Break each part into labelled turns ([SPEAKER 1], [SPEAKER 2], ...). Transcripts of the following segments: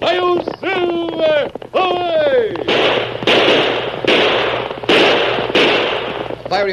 [SPEAKER 1] Hail Silver! Away!
[SPEAKER 2] Fiery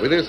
[SPEAKER 2] With his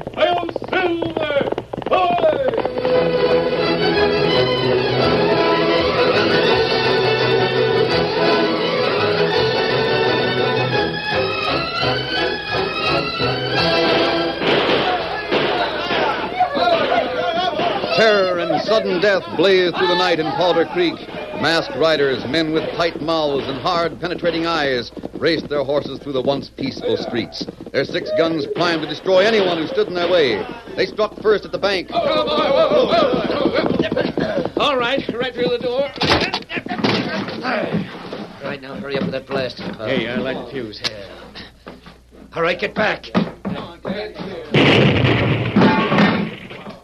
[SPEAKER 1] Hail Silver! Away!
[SPEAKER 2] Terror and sudden death blazed through the night in Powder Creek. Masked riders, men with tight mouths and hard, penetrating eyes, raced their horses through the once peaceful streets. Their six guns primed to destroy anyone who stood in their way. They struck first at the bank.
[SPEAKER 3] All right, right through the door. Right now, hurry up with that blaster. Hey, I like the fuse. All right, get back.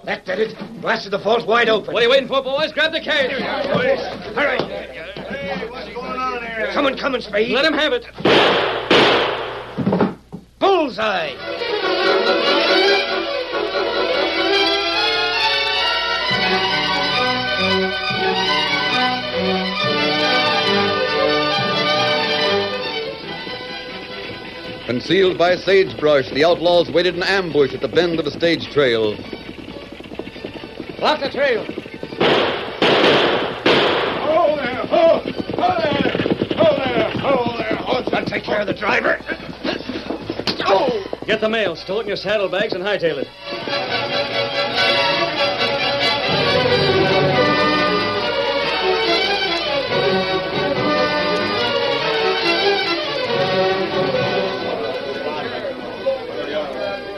[SPEAKER 3] That did it. Blasted the vault wide open. What are you waiting for, boys? Grab the cage. All right. Hey, what's going on here? Coming, coming, Spade. Let him have it. Bullseye.
[SPEAKER 2] Concealed by sagebrush, the outlaws waited in ambush at the bend of a stage trail.
[SPEAKER 3] Lock the trail.
[SPEAKER 1] Ho there! Ho! Ho there! Ho there! Ho there! Ho there!
[SPEAKER 3] Take care of the driver. Oh! Get the mail, stow it in your saddlebags, and hightail it.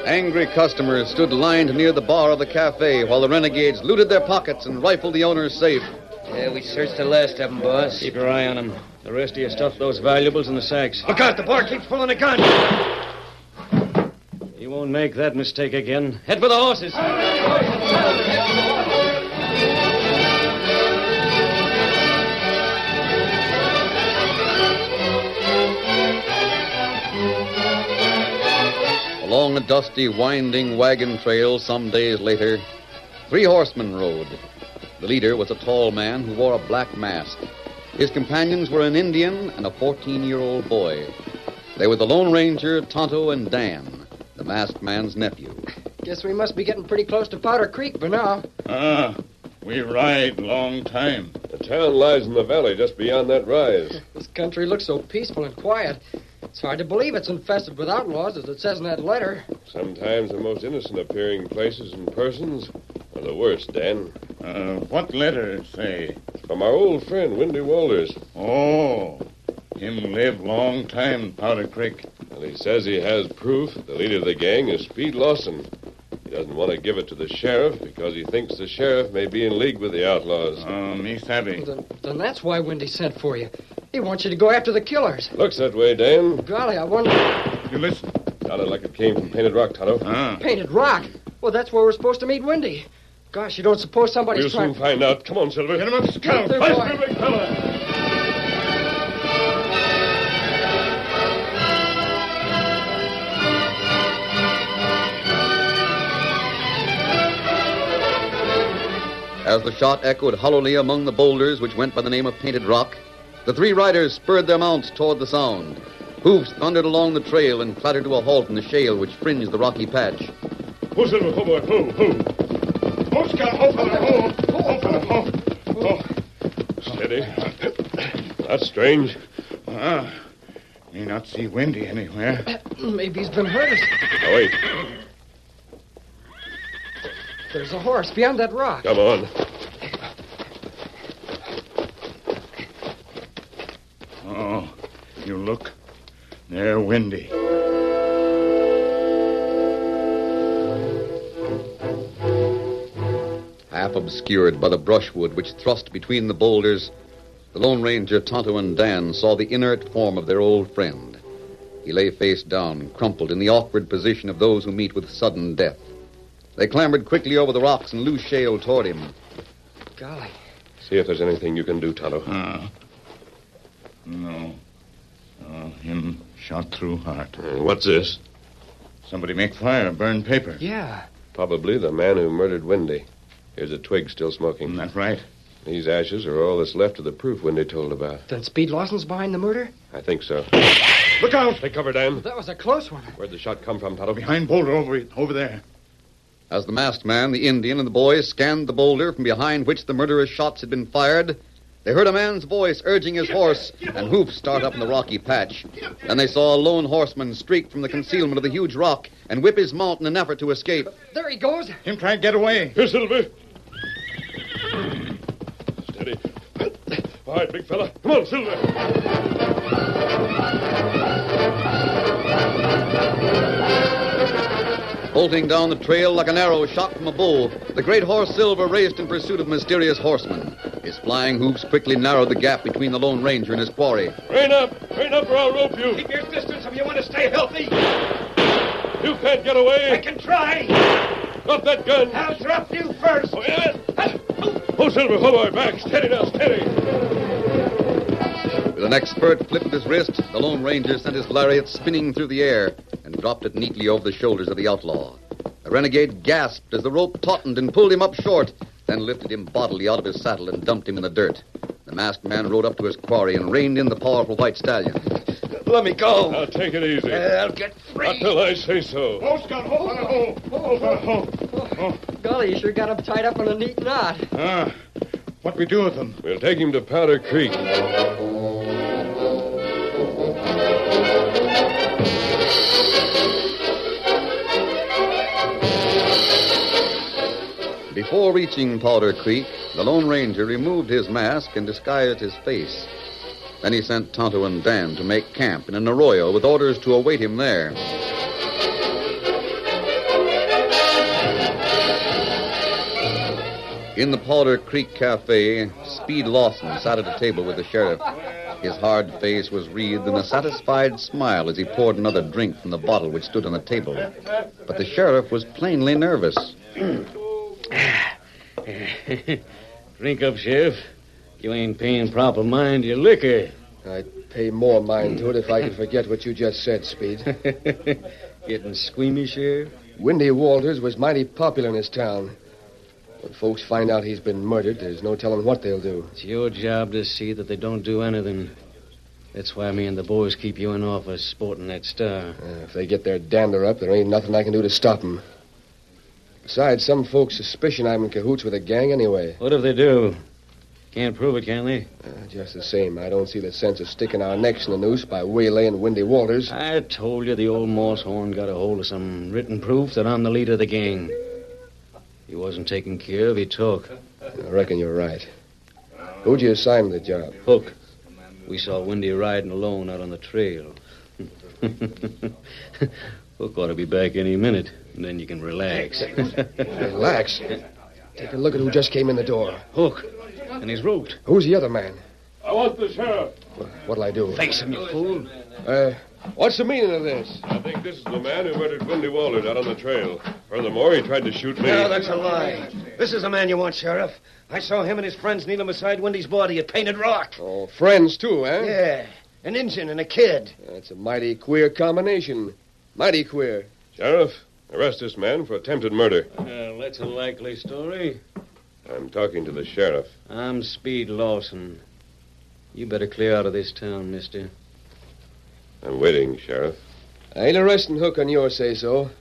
[SPEAKER 2] Angry customers stood lined near the bar of the cafe while the renegades looted their pockets and rifled the owner's safe.
[SPEAKER 3] Yeah, we searched the last of them, boss. Keep your eye on them. The rest of you stuff those valuables in the sacks. Look out, the bar keeps pulling a gun. You won't make that mistake again. Head for the horses.
[SPEAKER 2] Along a dusty, winding wagon trail some days later, three horsemen rode. The leader was a tall man who wore a black mask. His companions were an Indian and a 14 year old boy. They were the Lone Ranger, Tonto, and Dan, the masked man's nephew.
[SPEAKER 4] Guess we must be getting pretty close to Powder Creek by now.
[SPEAKER 5] Ah, we ride long time.
[SPEAKER 1] The town lies in the valley just beyond that rise.
[SPEAKER 4] This country looks so peaceful and quiet. It's hard to believe it's infested with outlaws, as it says in that letter.
[SPEAKER 1] Sometimes the most innocent appearing places and persons are the worst, Dan.
[SPEAKER 5] Uh, what letter say?
[SPEAKER 1] From our old friend, Windy Walters.
[SPEAKER 5] Oh, him live long time, Powder Creek.
[SPEAKER 1] And he says he has proof the leader of the gang is Speed Lawson. He doesn't want to give it to the sheriff because he thinks the sheriff may be in league with the outlaws.
[SPEAKER 5] Oh, me
[SPEAKER 4] Well,
[SPEAKER 5] savvy.
[SPEAKER 4] Then, then that's why Wendy sent for you. He wants you to go after the killers.
[SPEAKER 1] Looks that way, Dan.
[SPEAKER 4] Golly, I wonder.
[SPEAKER 5] You listen.
[SPEAKER 1] Sounded like it came from Painted Rock, Tonto.
[SPEAKER 5] Ah,
[SPEAKER 4] Painted Rock. Well, that's where we're supposed to meet Wendy. Gosh, you don't suppose somebody's
[SPEAKER 1] We'll
[SPEAKER 4] trying.
[SPEAKER 1] soon find out. Come on, Silver.
[SPEAKER 5] get him up, scout.
[SPEAKER 4] They're
[SPEAKER 5] Blast
[SPEAKER 4] going.
[SPEAKER 5] him, big fella.
[SPEAKER 2] As the shot echoed hollowly among the boulders which went by the name of Painted Rock, the three riders spurred their mounts toward the sound. Hoofs thundered along the trail and clattered to a halt in the shale which fringed the rocky patch.
[SPEAKER 5] Who, Silver? Who, boy? Who? Who? Who, scout? Who, fella? Who? Who, fella? Who? Who? Oh.
[SPEAKER 1] Steady. That's strange.
[SPEAKER 5] Ah, me not see Wendy anywhere.
[SPEAKER 4] Maybe he's been hurt.
[SPEAKER 1] Now, wait.
[SPEAKER 4] There's a horse beyond that rock.
[SPEAKER 1] Come on.
[SPEAKER 5] Oh, you look. There, Wendy.
[SPEAKER 2] Half obscured by the brushwood which thrust between the boulders, the Lone Ranger, Tonto, and Dan saw the inert form of their old friend. He lay face down, crumpled in the awkward position of those who meet with sudden death. They clambered quickly over the rocks and loose shale toward him.
[SPEAKER 4] Golly.
[SPEAKER 1] See if there's anything you can do, Tonto.
[SPEAKER 5] Ah. No. Oh, him shot through heart.
[SPEAKER 1] Uh, What's this?
[SPEAKER 5] Somebody make fire, burn paper.
[SPEAKER 4] Yeah.
[SPEAKER 1] Probably the man who murdered Wendy. Here's a twig still smoking.
[SPEAKER 5] Isn't that right?
[SPEAKER 1] These ashes are all that's left of the proof Wendy told about.
[SPEAKER 4] Then Speed Lawson's behind the murder?
[SPEAKER 1] I think so.
[SPEAKER 5] Look out!
[SPEAKER 1] Take cover, Dan.
[SPEAKER 4] That was a close one.
[SPEAKER 1] Where'd the shot come from, Tonto?
[SPEAKER 5] Behind boulder over over there.
[SPEAKER 2] As the masked man, the Indian, and the boys scanned the boulder from behind which the murderer's shots had been fired, they heard a man's voice urging his horse and hoofs start up in the rocky patch. Then they saw a lone horseman streak from the concealment of the huge rock and whip his mount in an effort to escape.
[SPEAKER 4] There he goes.
[SPEAKER 5] Him try to get away.
[SPEAKER 1] Here, Silver. Steady. All right, big fella. Come on, Silver.
[SPEAKER 2] Bolting down the trail like an arrow shot from a bow, the great horse Silver raced in pursuit of the mysterious horseman. His flying hoofs quickly narrowed the gap between the Lone Ranger and his quarry.
[SPEAKER 1] Rein up. Rein up or I'll rope you.
[SPEAKER 6] Keep your distance if you want to stay healthy.
[SPEAKER 1] You can't get
[SPEAKER 6] I
[SPEAKER 1] away.
[SPEAKER 6] can try.
[SPEAKER 1] Drop that gun.
[SPEAKER 6] I'll drop you first.
[SPEAKER 1] Wait a minute. Oh, Silver, forward, back. Steady now, steady.
[SPEAKER 2] With an expert flip of his wrist, the Lone Ranger sent his lariat spinning through the air and dropped it neatly over the shoulders of the outlaw. The renegade gasped as the rope tautened and pulled him up short, then lifted him bodily out of his saddle and dumped him in the dirt. The masked man rode up to his quarry and reined in the powerful white stallion.
[SPEAKER 6] Let me go.
[SPEAKER 1] Now, take it easy.
[SPEAKER 6] Oh. I'll get
[SPEAKER 1] Not
[SPEAKER 6] free.
[SPEAKER 1] till I say so.
[SPEAKER 5] Oh, Scott, hold on, hold, hold, hold, hold.
[SPEAKER 4] Golly, you sure got him tied up in a neat knot.
[SPEAKER 5] Ah, what we do with them?
[SPEAKER 1] We'll take him to Powder Creek.
[SPEAKER 2] Before reaching Powder Creek, the Lone Ranger removed his mask and disguised his face. Then he sent Tonto and Dan to make camp in an arroyo with orders to await him there. In the Powder Creek Cafe, Speed Lawson sat at a table with the sheriff. His hard face was wreathed in a satisfied smile as he poured another drink from the bottle which stood on the table. But the sheriff was plainly nervous.
[SPEAKER 7] Drink up, Sheriff. You ain't paying proper mind to your liquor.
[SPEAKER 4] I'd pay more mind to it if I could forget what you just said, Speed.
[SPEAKER 7] Getting squeamy, Sheriff?
[SPEAKER 4] Windy Walters was mighty popular in his town.
[SPEAKER 3] When folks find out he's been murdered, there's no telling what they'll do.
[SPEAKER 7] It's your job to see that they don't do anything. That's why me and the boys keep you in office sporting that star.
[SPEAKER 3] Uh, if they get their dander up, there ain't nothing I can do to stop 'em. Besides, some folks suspicion I'm in cahoots with a gang anyway.
[SPEAKER 7] What if they do? Can't prove it, can they?
[SPEAKER 3] Uh, just the same, I don't see the sense of sticking our necks in the noose by waylaying Windy Walters.
[SPEAKER 7] I told you the old Morshorn got a hold of some written proof that I'm the leader of the gang. He wasn't taken care of, he took.
[SPEAKER 3] I reckon you're right. Who'd you assign the job?
[SPEAKER 7] Hook. We saw Wendy riding alone out on the trail. Hook ought to be back any minute, and then you can relax.
[SPEAKER 3] Relax. Take a look at who just came in the door.
[SPEAKER 7] Hook. And he's roped.
[SPEAKER 3] Who's the other man?
[SPEAKER 1] I want the sheriff.
[SPEAKER 3] What'll I do?
[SPEAKER 7] Face him, you fool.
[SPEAKER 3] Uh, what's the meaning of this?
[SPEAKER 1] I think this is the man who murdered Wendy Walters out on the trail. Furthermore, he tried to shoot me.
[SPEAKER 8] No, that's a lie. This is the man you want, Sheriff. I saw him and his friends kneeling beside Wendy's body at Painted Rock.
[SPEAKER 3] Oh, friends, too, eh?
[SPEAKER 8] Yeah, an Injun and a kid.
[SPEAKER 3] That's a mighty queer combination. Mighty queer.
[SPEAKER 1] Sheriff, arrest this man for attempted murder.
[SPEAKER 7] Well, that's a likely story.
[SPEAKER 1] I'm talking to the sheriff.
[SPEAKER 7] I'm Speed Lawson. You better clear out of this town, mister.
[SPEAKER 1] I'm waiting, Sheriff.
[SPEAKER 3] I ain't arresting Hook on your say so.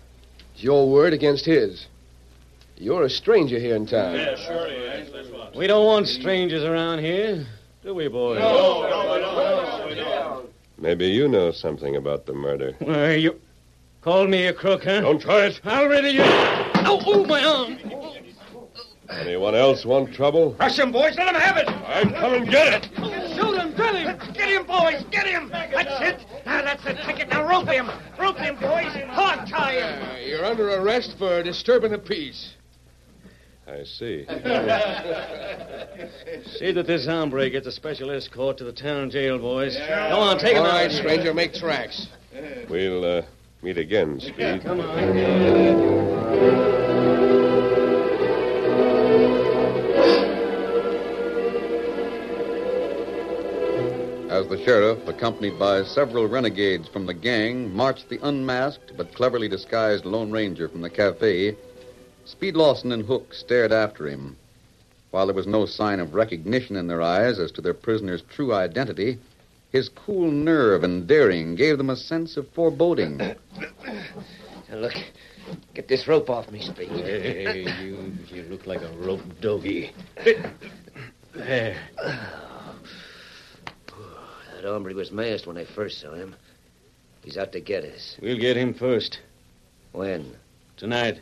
[SPEAKER 3] It's your word against his. You're a stranger here in town.
[SPEAKER 7] We don't want strangers around here, do we, boys?
[SPEAKER 1] Maybe you know something about the murder.
[SPEAKER 7] Well, you called me a crook, huh?
[SPEAKER 1] Don't try it.
[SPEAKER 7] Already you... Oh, oh, my arm!
[SPEAKER 1] Anyone else want trouble?
[SPEAKER 8] Rush him, boys. Let him have it.
[SPEAKER 1] I'm coming to get it.
[SPEAKER 8] Shoot him. Drill him. Get him, boys. Get him. That's it. Now, that's the ticket. Now, rope him. Rope him, boys. Hog tie him.
[SPEAKER 3] Uh, you're under arrest for disturbing the peace.
[SPEAKER 1] I see.
[SPEAKER 7] See that this hombre gets a special escort to the town jail, boys. Come on, take him
[SPEAKER 3] All
[SPEAKER 7] out.
[SPEAKER 3] right, stranger, make tracks.
[SPEAKER 1] We'll uh, meet again, Speed.
[SPEAKER 2] As the sheriff, accompanied by several renegades from the gang, marched the unmasked but cleverly disguised Lone Ranger from the cafe, Speed Lawson and Hook stared after him. While there was no sign of recognition in their eyes as to their prisoner's true identity, his cool nerve and daring gave them a sense of foreboding.
[SPEAKER 4] look, get this rope off me, Speed.
[SPEAKER 7] Hey, you, you look like a rope doggy. There.
[SPEAKER 4] That hombre was masked when I first saw him. He's out to get us.
[SPEAKER 7] We'll get him first.
[SPEAKER 4] When?
[SPEAKER 7] Tonight.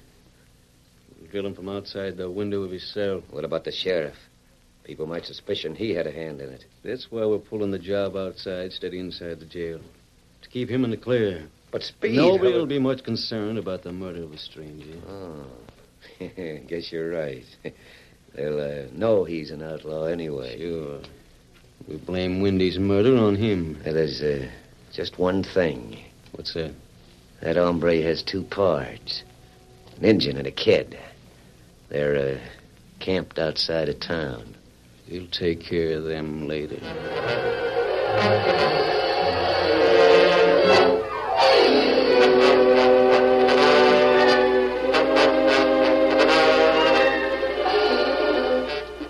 [SPEAKER 7] We'll drill him from outside the window of his cell.
[SPEAKER 4] What about the sheriff? People might suspicion he had a hand in it.
[SPEAKER 7] That's why we're pulling the job outside, steady inside the jail. To keep him in the clear.
[SPEAKER 4] But Speed.
[SPEAKER 7] Nobody will be much concerned about the murder of a stranger.
[SPEAKER 4] Oh. Guess you're right. They'll uh, know he's an outlaw anyway.
[SPEAKER 7] Sure. We blame Wendy's murder on him.
[SPEAKER 4] Now, There's uh, just one thing.
[SPEAKER 7] What's that?
[SPEAKER 4] That hombre has two pards an Injun and a kid. They're uh, camped outside of town.
[SPEAKER 7] We'll take care of them later.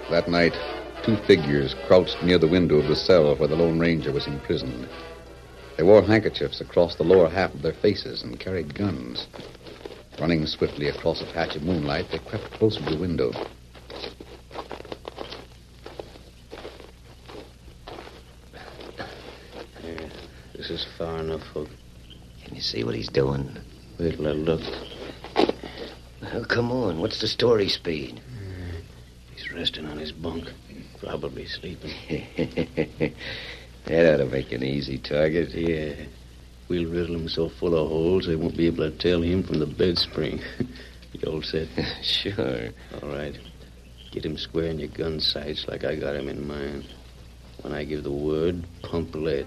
[SPEAKER 2] That night, two figures crouched near the window of the cell where the Lone Ranger was imprisoned. They wore handkerchiefs across the lower half of their faces and carried guns. Running swiftly across a patch of moonlight, they crept closer to the window.
[SPEAKER 7] This is far enough, Hook.
[SPEAKER 4] Can you see what he's doing?
[SPEAKER 7] Wait till I look.
[SPEAKER 4] Oh, come on. What's the story, Speed?
[SPEAKER 7] He's resting on his bunk, probably sleeping.
[SPEAKER 4] that ought to make an easy target.
[SPEAKER 7] Yeah. We'll riddle him so full of holes they won't be able to tell him from the bed spring. you all set?
[SPEAKER 4] sure.
[SPEAKER 7] All right. Get him square in your gun sights like I got him in mine. When I give the word, pump lead.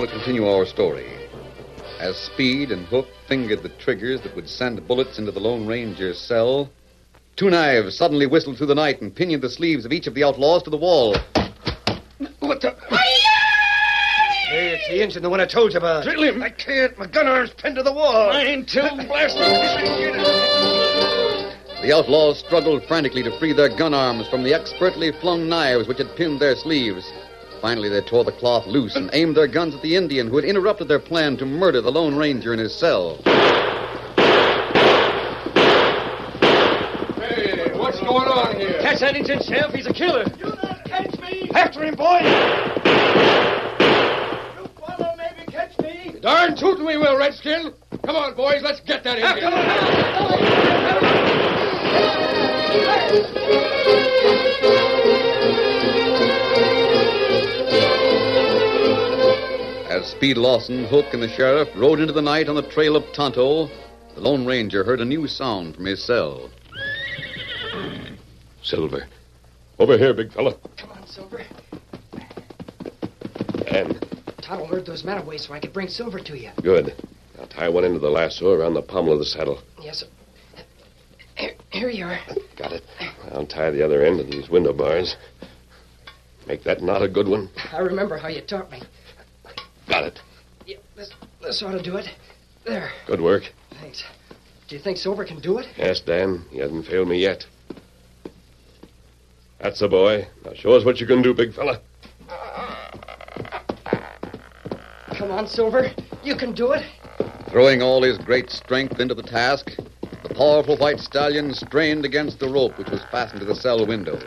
[SPEAKER 2] to continue our story. As Speed and Hook fingered the triggers that would send bullets into the Lone Ranger's cell, two knives suddenly whistled through the night and pinioned the sleeves of each of the outlaws to the wall.
[SPEAKER 6] What the? Hey, it's the engine, the one I told you about. Drill him. I can't. My gun arm's pinned to the wall. Mine too. Blast
[SPEAKER 2] The outlaws struggled frantically to free their gun arms from the expertly flung knives which had pinned their sleeves. Finally, they tore the cloth loose and aimed their guns at the Indian who had interrupted their plan to murder the Lone Ranger in his cell.
[SPEAKER 1] Hey, what's going on here?
[SPEAKER 6] Catch that engine, Sheriff. He's a killer. You not catch me. After him, boy.
[SPEAKER 1] Darn tootin' we will, Redskin. Come on, boys, let's get that Indian.
[SPEAKER 2] As Speed Lawson, Hook, and the sheriff rode into the night on the trail of Tonto, the Lone Ranger heard a new sound from his cell.
[SPEAKER 1] Silver. Over here, big fella.
[SPEAKER 3] Come on, Silver.
[SPEAKER 1] And
[SPEAKER 3] Tonto lured those men away so I could bring Silver to you.
[SPEAKER 1] good. Now tie one end of the lasso around the pommel of the saddle.
[SPEAKER 3] Yes, sir. Here, here you are.
[SPEAKER 1] Got it. I'll tie the other end to these window bars. Make that knot a good one.
[SPEAKER 3] I remember how you taught me.
[SPEAKER 1] Got it.
[SPEAKER 3] Yeah, this, this ought to do it. There.
[SPEAKER 1] Good work.
[SPEAKER 3] Thanks. Do you think Silver can do it?
[SPEAKER 1] Yes, Dan. He hasn't failed me yet. That's the boy. Now show us what you can do, big fella.
[SPEAKER 3] Come on, Silver. You can do it.
[SPEAKER 2] Throwing all his great strength into the task, the powerful white stallion strained against the rope which was fastened to the cell window.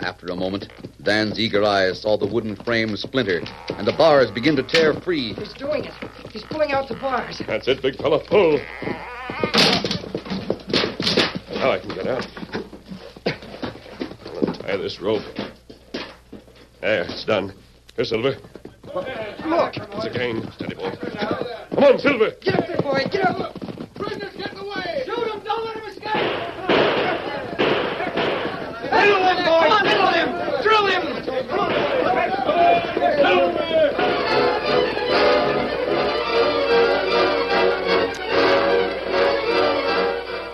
[SPEAKER 2] After a moment, Dan's eager eyes saw the wooden frame splinter and the bars begin to tear free.
[SPEAKER 3] He's doing it. He's pulling out the bars.
[SPEAKER 1] That's it, big fella. Pull. Now I can get out. I'll untie this rope. There, it's done. Here, Silver.
[SPEAKER 3] Look.
[SPEAKER 1] It's a gang. Steady, boy. Come on, Silver.
[SPEAKER 3] Get up there, boy. Get up.
[SPEAKER 6] Middle him, boy. Middle him. Drill him.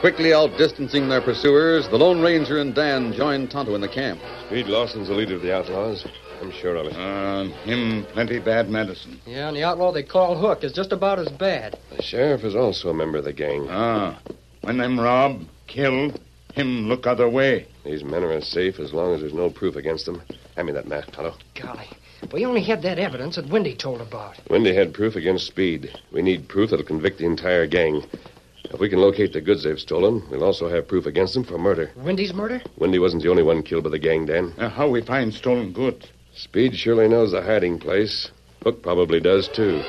[SPEAKER 2] Quickly outdistancing their pursuers, the Lone Ranger and Dan joined Tonto in the camp.
[SPEAKER 1] Speed Lawson's the leader of the outlaws. I'm sure of it.
[SPEAKER 9] Uh, him plenty bad medicine.
[SPEAKER 10] Yeah, and the outlaw they call Hook is just about as bad.
[SPEAKER 1] The sheriff is also a member of the gang.
[SPEAKER 9] Ah, when them rob, kill, him look other way.
[SPEAKER 1] These men are as safe as long as there's no proof against them. Hand me that mask, Tonto.
[SPEAKER 10] Golly. We only had that evidence that Wendy told about.
[SPEAKER 1] Wendy had proof against Speed. We need proof that'll convict the entire gang. If we can locate the goods they've stolen, we'll also have proof against them for murder.
[SPEAKER 10] Wendy's murder?
[SPEAKER 1] Wendy wasn't the only one killed by the gang, Dan.
[SPEAKER 9] Uh, how we find stolen goods?
[SPEAKER 1] Speed surely knows the hiding place. Hook probably does, too.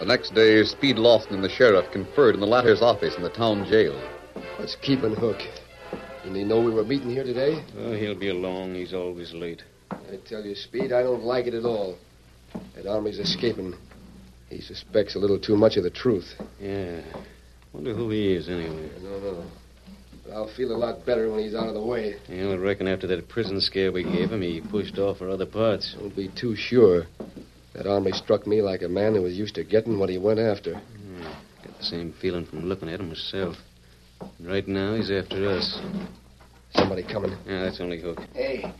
[SPEAKER 2] The next day, Speed Lawson and the sheriff conferred in the latter's office in the town jail.
[SPEAKER 11] What's keeping Hook? Didn't he know we were meeting here today?
[SPEAKER 7] Oh, he'll be along. He's always late.
[SPEAKER 11] I tell you, Speed, I don't like it at all. That army's escaping. He suspects a little too much of the truth.
[SPEAKER 7] Yeah. Wonder who he is, anyway.
[SPEAKER 11] No, no. But I'll feel a lot better when he's out of the way.
[SPEAKER 7] Yeah, I reckon after that prison scare we gave him, he pushed off for other parts.
[SPEAKER 11] Don't be too sure. That army struck me like a man who was used to getting what he went after.
[SPEAKER 7] Got the same feeling from looking at him myself. And Right now, he's after us.
[SPEAKER 11] Somebody coming.
[SPEAKER 7] Yeah, that's only Hook.
[SPEAKER 3] Hey.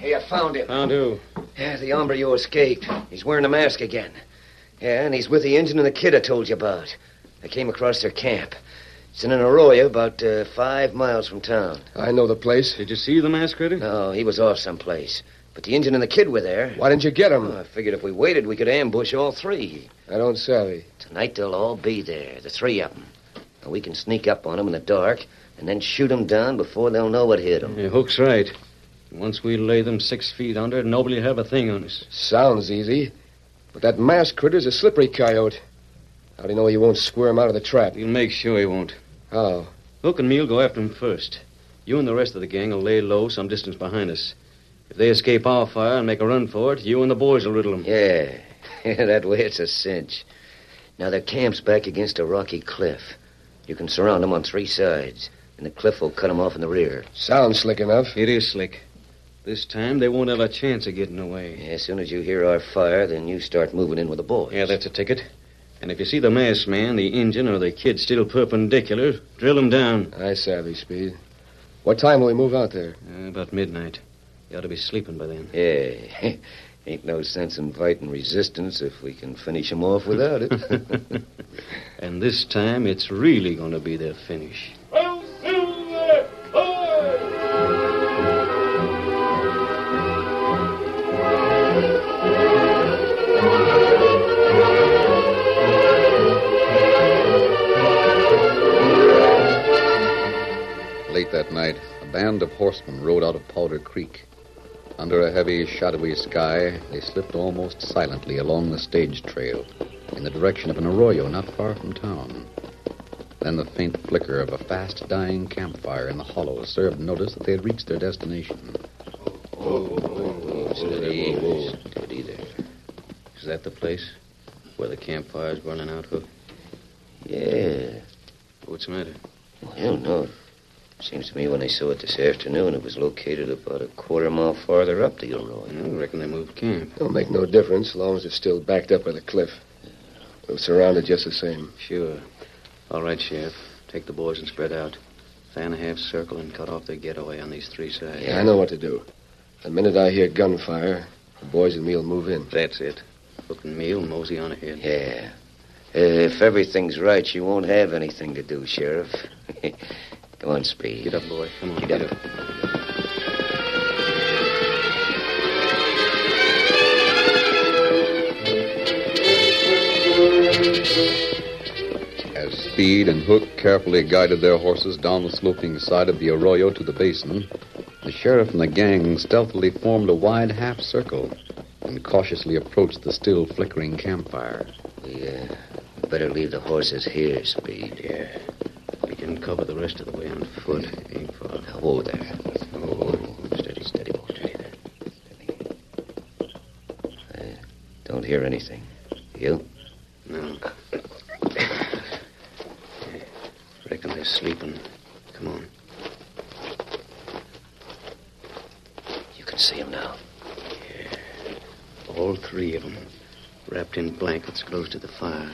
[SPEAKER 3] Hey, I found him.
[SPEAKER 7] Found who?
[SPEAKER 3] Yeah, the hombre you escaped. He's wearing a mask again. Yeah, and he's with the engine and the kid I told you about. I came across their camp. It's in an arroyo about uh, five miles from town.
[SPEAKER 11] I know the place.
[SPEAKER 7] Did you see the masquerader?
[SPEAKER 3] No, Oh, he was off someplace. But the engine and the kid were there.
[SPEAKER 11] Why didn't you get him?
[SPEAKER 3] Oh, I figured if we waited, we could ambush all three.
[SPEAKER 11] I don't savvy.
[SPEAKER 3] Tonight they'll all be there, the three of them. And we can sneak up on them in the dark and then shoot them down before they'll know what hit them.
[SPEAKER 7] Yeah, Hook's right. Once we lay them six feet under, nobody'll have a thing on us.
[SPEAKER 11] Sounds easy. But that masked critter's a slippery coyote. How do you know he won't squirm out of the trap?
[SPEAKER 7] We'll make sure he won't.
[SPEAKER 11] How?
[SPEAKER 7] Hook and me'll go after him first. You and the rest of the gang will lay low some distance behind us. If they escape our fire and make a run for it, you and the boys will riddle them.
[SPEAKER 3] Yeah. that way it's a cinch. Now their camp's back against a rocky cliff.
[SPEAKER 4] You can surround them on three sides, and the cliff will cut them off in the rear.
[SPEAKER 11] Sounds slick enough.
[SPEAKER 7] It is slick. This time they won't have a chance of getting away.
[SPEAKER 4] As soon as you hear our fire, then you start moving in with the boys.
[SPEAKER 7] Yeah, that's a ticket. And if you see the masked man, the engine, or the kid still perpendicular, drill them down.
[SPEAKER 11] I savvy, Speed. What time will we move out there?
[SPEAKER 7] Uh, about midnight. You ought to be sleeping by then.
[SPEAKER 4] Yeah. Ain't no sense inviting resistance if we can finish 'em off without it.
[SPEAKER 7] And this time it's really going to be their finish.
[SPEAKER 2] Late that night, a band of horsemen rode out of Powder Creek. Under a heavy, shadowy sky, they slipped almost silently along the stage trail in the direction of an arroyo not far from town. Then the faint flicker of a fast dying campfire in the hollow served notice that they had reached their destination.
[SPEAKER 7] Steady, steady there. Is that the place where the campfire's burning out, Hook?
[SPEAKER 4] yeah.
[SPEAKER 7] What's the matter?
[SPEAKER 4] Well, hell no. Seems to me when I saw it this afternoon, it was located about a quarter mile farther up the Arroyo.
[SPEAKER 7] I reckon they moved camp.
[SPEAKER 11] It'll make no difference, so long as it's still backed up by the cliff. We'll surround it just the same.
[SPEAKER 7] Sure. All right, Sheriff. Take the boys and spread out. Fan a half circle and cut off their getaway on these three sides.
[SPEAKER 11] Yeah, I know what to do. The minute I hear gunfire, the boys and me'll move in.
[SPEAKER 7] That's it. Hook and Meal, mosey on ahead.
[SPEAKER 4] Yeah. Uh, if everything's right, you won't have anything to do, Sheriff. Come on, Speed.
[SPEAKER 7] Get up, boy. Come on.
[SPEAKER 4] Get, up.
[SPEAKER 2] As Speed and Hook carefully guided their horses down the sloping side of the arroyo to the basin, the sheriff and the gang stealthily formed a wide half circle and cautiously approached the still flickering campfire.
[SPEAKER 4] We, uh, better leave the horses here, Speed.
[SPEAKER 7] Yeah. We can cover the rest of the way on foot. eh, Ain't far.
[SPEAKER 4] Whoa there.
[SPEAKER 7] Oh, steady, steady, Uh, boy.
[SPEAKER 4] Steady there. Steady. I don't hear anything. You?
[SPEAKER 7] No. Reckon they're sleeping. Come on.
[SPEAKER 4] You can see him now.
[SPEAKER 7] All three of them. Wrapped in blankets close to the fire.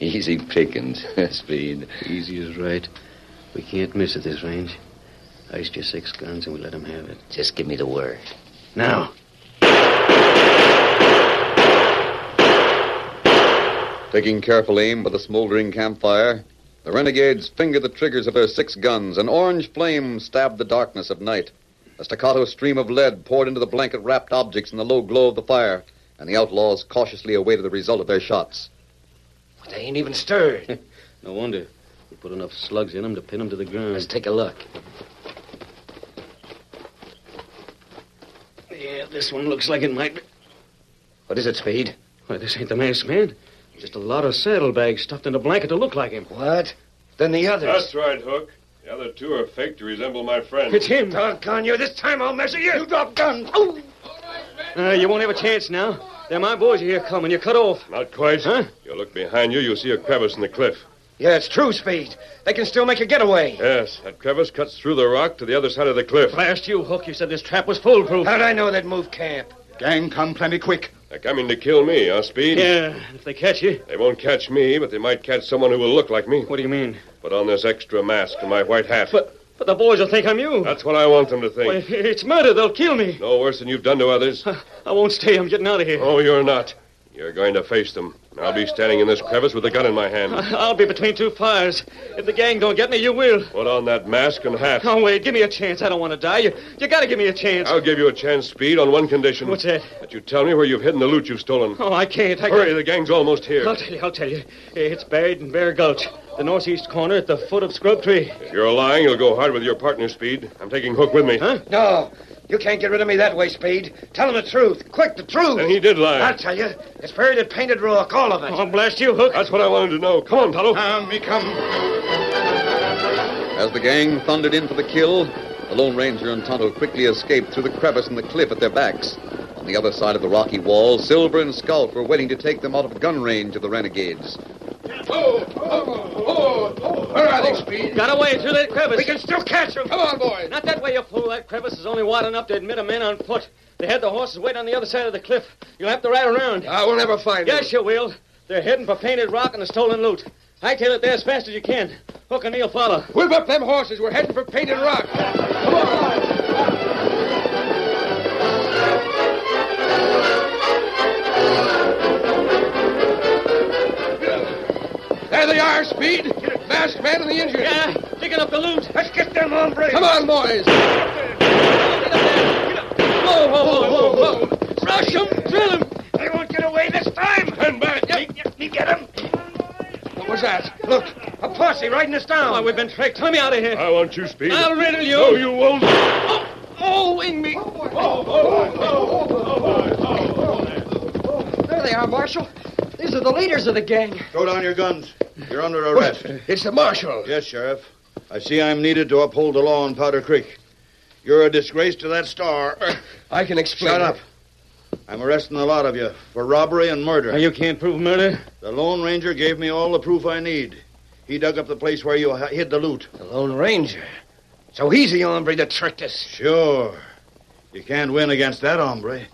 [SPEAKER 4] Easy pickings, Speed.
[SPEAKER 7] Easy is right. We can't miss at this range. Iced your six guns and we let them have it.
[SPEAKER 4] Just give me the word.
[SPEAKER 7] Now.
[SPEAKER 2] Taking careful aim by the smoldering campfire, the renegades fingered the triggers of their six guns. An orange flame stabbed the darkness of night. A staccato stream of lead poured into the blanket wrapped objects in the low glow of the fire, and the outlaws cautiously awaited the result of their shots.
[SPEAKER 3] But they ain't even stirred.
[SPEAKER 7] No wonder. We put enough slugs in them to pin them to the ground.
[SPEAKER 3] Let's take a look. Yeah,
[SPEAKER 7] This one looks like it might be.
[SPEAKER 3] What is it, Speed?
[SPEAKER 7] Why, this ain't the masked man. Just a lot of saddlebags stuffed in a blanket to look like him.
[SPEAKER 3] What? Then the others.
[SPEAKER 1] That's right, Hook. The other two are fake to resemble my friend.
[SPEAKER 7] It's him.
[SPEAKER 3] Doggone you. This time I'll measure you. Oh. You drop gun.
[SPEAKER 7] Uh, you won't have a chance now. They're my boys are here coming. You're cut off.
[SPEAKER 1] Not quite.
[SPEAKER 7] Huh?
[SPEAKER 1] You look behind you, you'll see a crevice in the cliff.
[SPEAKER 3] Yeah, it's true, Speed. They can still make a getaway.
[SPEAKER 1] Yes, that crevice cuts through the rock to the other side of the cliff.
[SPEAKER 7] Blast you, Hook. You said this trap was foolproof.
[SPEAKER 3] How'd I know they'd move camp?
[SPEAKER 9] Gang come plenty quick.
[SPEAKER 1] They're coming to kill me, huh, Speed?
[SPEAKER 7] Yeah, if they catch you.
[SPEAKER 1] They won't catch me, but they might catch someone who will look like me.
[SPEAKER 7] What do you mean?
[SPEAKER 1] Put on this extra mask and my white hat.
[SPEAKER 7] But but the boys will think I'm you.
[SPEAKER 1] That's what I want them to think.
[SPEAKER 7] Well, if it's murder. They'll kill me.
[SPEAKER 1] No worse than you've done to others.
[SPEAKER 7] I won't stay. I'm getting out of here.
[SPEAKER 1] Oh, you're not. You're going to face them. And I'll be standing in this crevice with a gun in my hand.
[SPEAKER 7] I- I'll be between two fires. If the gang don't get me, you will.
[SPEAKER 1] Put on that mask and hat.
[SPEAKER 7] Oh, wait. Give me a chance. I don't want to die. You, you got to give me a chance.
[SPEAKER 1] I'll give you a chance, Speed, on one condition.
[SPEAKER 7] What's that?
[SPEAKER 1] That you tell me where you've hidden the loot you've stolen.
[SPEAKER 7] Oh, I can't. I
[SPEAKER 1] Hurry, the gang's almost here.
[SPEAKER 7] I'll tell you. I'll tell you. It's buried in Bear Gulch, the northeast corner at the foot of Scrub Tree.
[SPEAKER 1] If you're lying, you'll go hard with your partner, Speed. I'm taking Hook with me.
[SPEAKER 7] Huh?
[SPEAKER 3] No. You can't get rid of me that way, Speed. Tell them the truth. Quick, the truth.
[SPEAKER 1] Then he did lie.
[SPEAKER 3] I'll tell you. It's buried at Painted Rock, all of it.
[SPEAKER 7] Oh, blast you, Hook.
[SPEAKER 1] That's what I wanted to know. Come on, Tonto.
[SPEAKER 9] Come, me come.
[SPEAKER 2] As the gang thundered in for the kill, the Lone Ranger and Tonto quickly escaped through the crevice in the cliff at their backs. On the other side of the rocky wall, Silver and Scout were waiting to take them out of gun range of the renegades.
[SPEAKER 1] Ho! Ho! Ho! ho. Where are they, Speed?
[SPEAKER 12] Got away through that crevice.
[SPEAKER 1] We can still catch them. Come on, boys.
[SPEAKER 12] Not that way, you fool. That crevice is only wide enough to admit a man on foot. They had the horses wait on the other side of the cliff. You'll have to ride around.
[SPEAKER 1] I will never find
[SPEAKER 12] Yes, you will. They're heading for Painted Rock and the stolen loot. Hightail it there as fast as you can. Hook and Neil follow.
[SPEAKER 1] Whip up them horses. We're heading for Painted Rock. There they are, Speed. Masked man and the Indian.
[SPEAKER 12] Yeah, picking up the loot.
[SPEAKER 1] Let's get them, hombres. Come on, boys.
[SPEAKER 12] Whoa, whoa, whoa, whoa, whoa. Rush them, drill them.
[SPEAKER 1] They won't get away this time. Turn back. Me, get them. What was that? Look,
[SPEAKER 12] A posse riding us down. Oh, we've been tricked. Let me out of here.
[SPEAKER 13] I want you, Speed.
[SPEAKER 12] I'll riddle you.
[SPEAKER 13] No, you won't.
[SPEAKER 12] Oh, wing me.
[SPEAKER 3] There they are, Marshal. These are the leaders of the gang.
[SPEAKER 5] Throw down your guns. You're under arrest.
[SPEAKER 1] It's the marshal.
[SPEAKER 5] Yes, Sheriff. I see I'm needed to uphold the law in Powder Creek. You're a disgrace to that star.
[SPEAKER 1] I can explain.
[SPEAKER 5] Shut up. I'm arresting the lot of you for robbery and murder.
[SPEAKER 12] Now, you can't prove murder.
[SPEAKER 5] The Lone Ranger gave me all the proof I need. He dug up the place where you hi- hid the loot.
[SPEAKER 4] The Lone Ranger. So he's the hombre that tricked us.
[SPEAKER 5] Sure. You can't win against that hombre.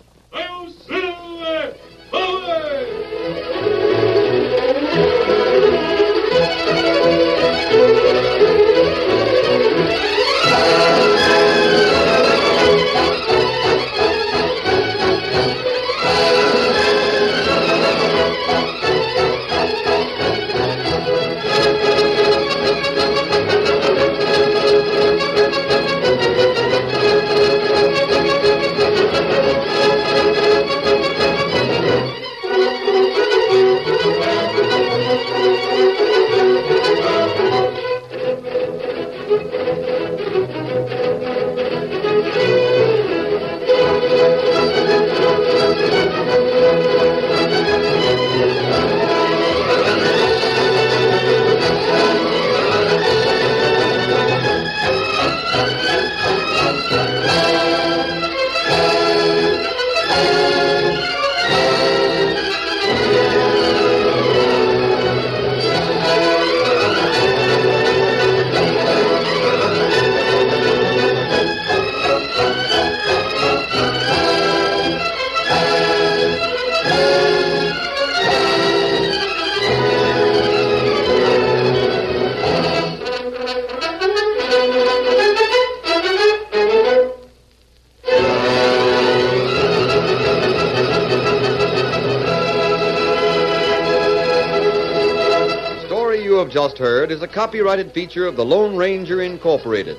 [SPEAKER 2] The story you have just heard is a copyrighted feature of the Lone Ranger Incorporated.